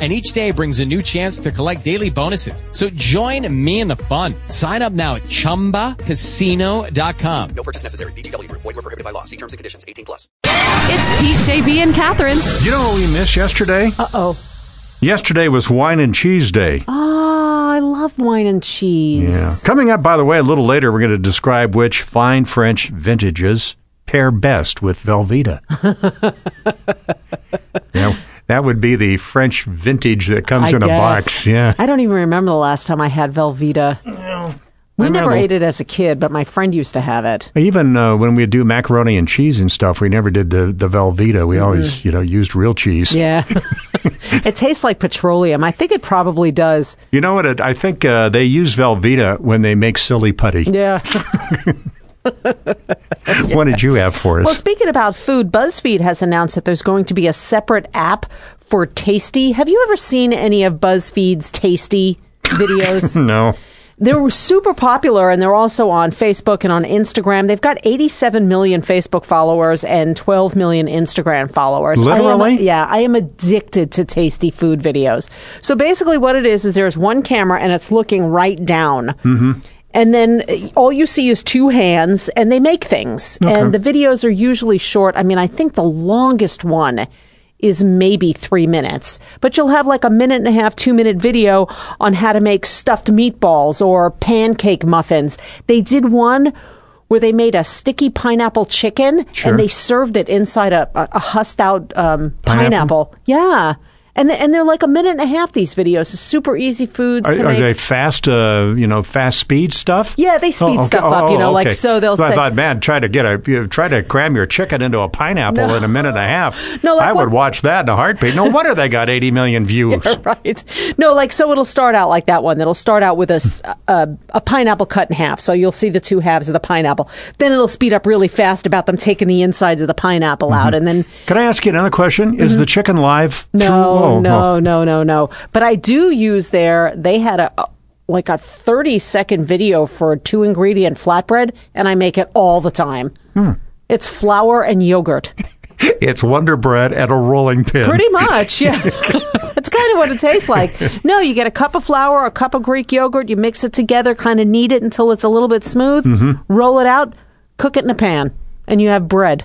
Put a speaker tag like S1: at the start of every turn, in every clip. S1: And each day brings a new chance to collect daily bonuses. So join me in the fun. Sign up now at ChumbaCasino.com.
S2: No purchase necessary. BGW. Void were prohibited by law. See terms and conditions. 18 plus.
S3: It's Pete, JB, and Catherine.
S4: You know what we missed yesterday?
S3: Uh oh.
S4: Yesterday was Wine and Cheese Day.
S3: Oh, I love wine and
S4: Yeah.
S3: cheese.
S4: Coming up, by the way, a little later, we're going to describe which fine French vintages pair best with Velveeta. yeah, that would be the French vintage that comes
S3: I
S4: in a
S3: guess.
S4: box. Yeah.
S3: I don't even remember the last time I had Velveeta. We never
S4: Memorable.
S3: ate it as a kid, but my friend used to have it.
S4: Even uh, when we do macaroni and cheese and stuff, we never did the, the Velveeta. We always, you know, used real cheese.
S3: Mm-hmm. Yeah. it tastes like petroleum. I think it probably does.
S4: You know what? It, I think uh, they use Velveeta when they make silly putty.
S3: Yeah.
S4: What did you have for us?
S3: Well, speaking about food, BuzzFeed has announced that there's going to be a separate app for Tasty. Have you ever seen any of BuzzFeed's Tasty videos?
S4: no.
S3: They're super popular and they're also on Facebook and on Instagram. They've got 87 million Facebook followers and 12 million Instagram followers. I am-
S4: Literally?
S3: yeah, I am addicted to tasty food videos. So basically, what it is is there's one camera and it's looking right down. Mm-hmm. And then uh, all you see is two hands and they make things. And the videos are usually short. I mean, I think the longest one is maybe three minutes, but you'll have like a minute and a half, two minute video on how to make stuffed meatballs or pancake muffins. They did one where they made a sticky pineapple chicken and they served it inside a, a, a husked out um, pineapple. Yeah. And, th- and they're like a minute and a half, these videos. It's super easy foods
S4: Are,
S3: to
S4: are
S3: make.
S4: they fast, uh, you know, fast speed stuff? Oh,
S3: Yeah, they speed stuff up, you know, like, so they'll
S4: I
S3: say-
S4: thought, man, try to get a, you know, try to cram your chicken into a pineapple in a minute and a half.
S3: No, like
S4: I
S3: what-
S4: would watch that in a heartbeat. No wonder they got 80 million views.
S3: right. No, like so it'll start out like that one. It'll start out with a, s- a a pineapple cut in half. So you'll see the two halves of the pineapple. Then it'll speed up really fast about them taking the insides of the pineapple
S4: Mm-hmm.
S3: out and then
S4: Can I ask you another question? Is the chicken live? True-
S3: Mm-hmm. no,
S4: oh,
S3: no,
S4: oh.
S3: no, no, no. But I do use their. They had a a- like a thirty second video for a two ingredient flatbread, and I make it all the time.
S4: Hmm.
S3: It's flour and yogurt,
S4: It's Wonder Bread at a rolling pin.
S3: pretty much. Yeah, that's kind of what it tastes like. No, you get a cup of flour, a cup of Greek yogurt, you mix it together, kind of knead it until it's a little bit smooth, roll it out, cook it in a pan, and you have bread.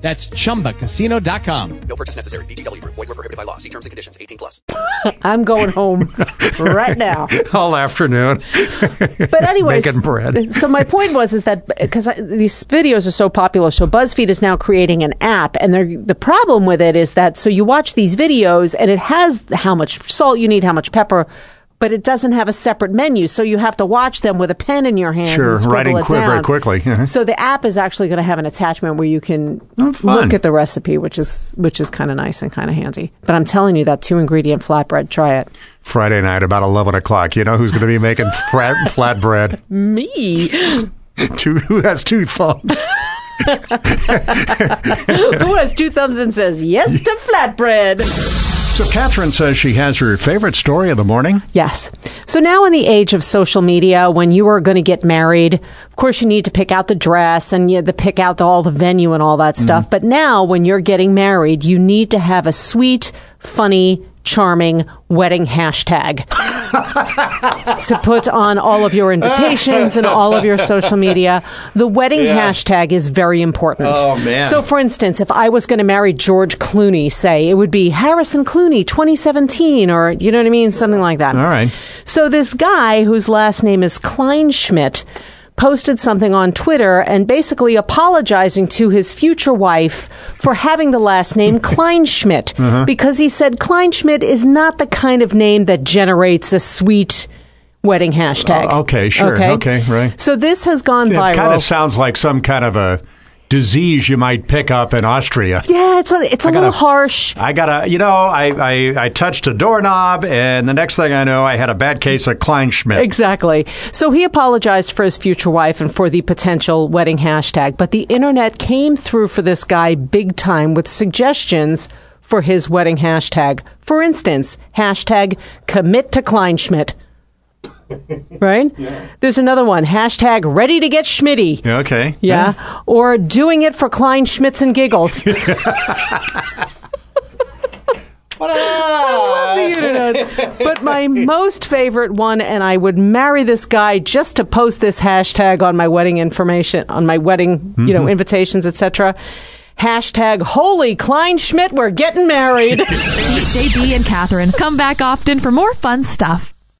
S1: That's chumbacasino.com.
S2: No purchase necessary. BGW. Void were prohibited by law. See terms and conditions. 18 plus.
S3: I'm going home right now.
S4: All afternoon.
S3: But anyways,
S4: Making bread.
S3: so my point was is that because these videos are so popular, so BuzzFeed is now creating an app, and they're- the problem with it is that so you watch these videos and it has how much salt you need, how much pepper. But it doesn't have a separate menu, so you have to watch them with a pen in your hand.
S4: Sure,
S3: and scribble
S4: writing
S3: it
S4: qui- very
S3: down.
S4: quickly, uh-huh.
S3: So the app is actually going to have an attachment where you can
S4: Oh, fun.
S3: look at the recipe, which is which is kind of nice and kind of handy. But I'm telling you, that two ingredient flatbread, try it.
S4: Friday night about 11 o'clock. You know who's going to be making flat, flatbread?
S3: Me,
S4: Two, who has two thumbs?
S3: who has two thumbs and says yes to flatbread.
S4: So Catherine says she has her favorite story of the morning.
S3: Yes. So now, in the age of social media, when you are going to get married, of course, you need to pick out the dress and you, the pick out the, all the venue and all that stuff. But now, when you're getting married, you need to have a sweet, funny, charming wedding hashtag to put on all of your invitations and all of your social media. The wedding hashtag is very important.
S4: Oh, man.
S3: So, for instance, if I was going to marry George Clooney, say, it would be Harrison Clooney 2017 or, you know what I mean? Something like that.
S4: All right.
S3: So this guy whose last name is Kleinschmidt posted something on Twitter and basically apologizing to his future wife for having the last name Kleinschmidt
S4: Uh-huh.
S3: because he said Kleinschmidt is not the kind of name that generates a sweet wedding hashtag.
S4: Uh, okay, sure. Okay, right.
S3: So this has gone
S4: It
S3: viral.
S4: kind of sounds like some kind of a disease you might pick up in Austria.
S3: yeah, it's a, it's a
S4: gotta-
S3: little harsh.
S4: I got a, you know, I, I, I touched a doorknob, and the next thing I know, I had a bad case of Kleinschmidt.
S3: Exactly. So he apologized for his future wife and for the potential wedding hashtag, but the internet came through for this guy big time with suggestions for his wedding hashtag. For instance, hashtag commit to Kleinschmidt. Right? There's another one, hashtag ready to get schmitty.
S4: Yeah, okay.
S3: Yeah. Or doing it for Klein Schmitz and Giggles. I love the internet. But my most favorite one, and I would marry this guy just to post this hashtag on my wedding information, on my wedding, you know, invitations, etc. Hashtag holy Klein Schmidt, we're getting married.
S5: JB and Catherine come back often for more fun stuff.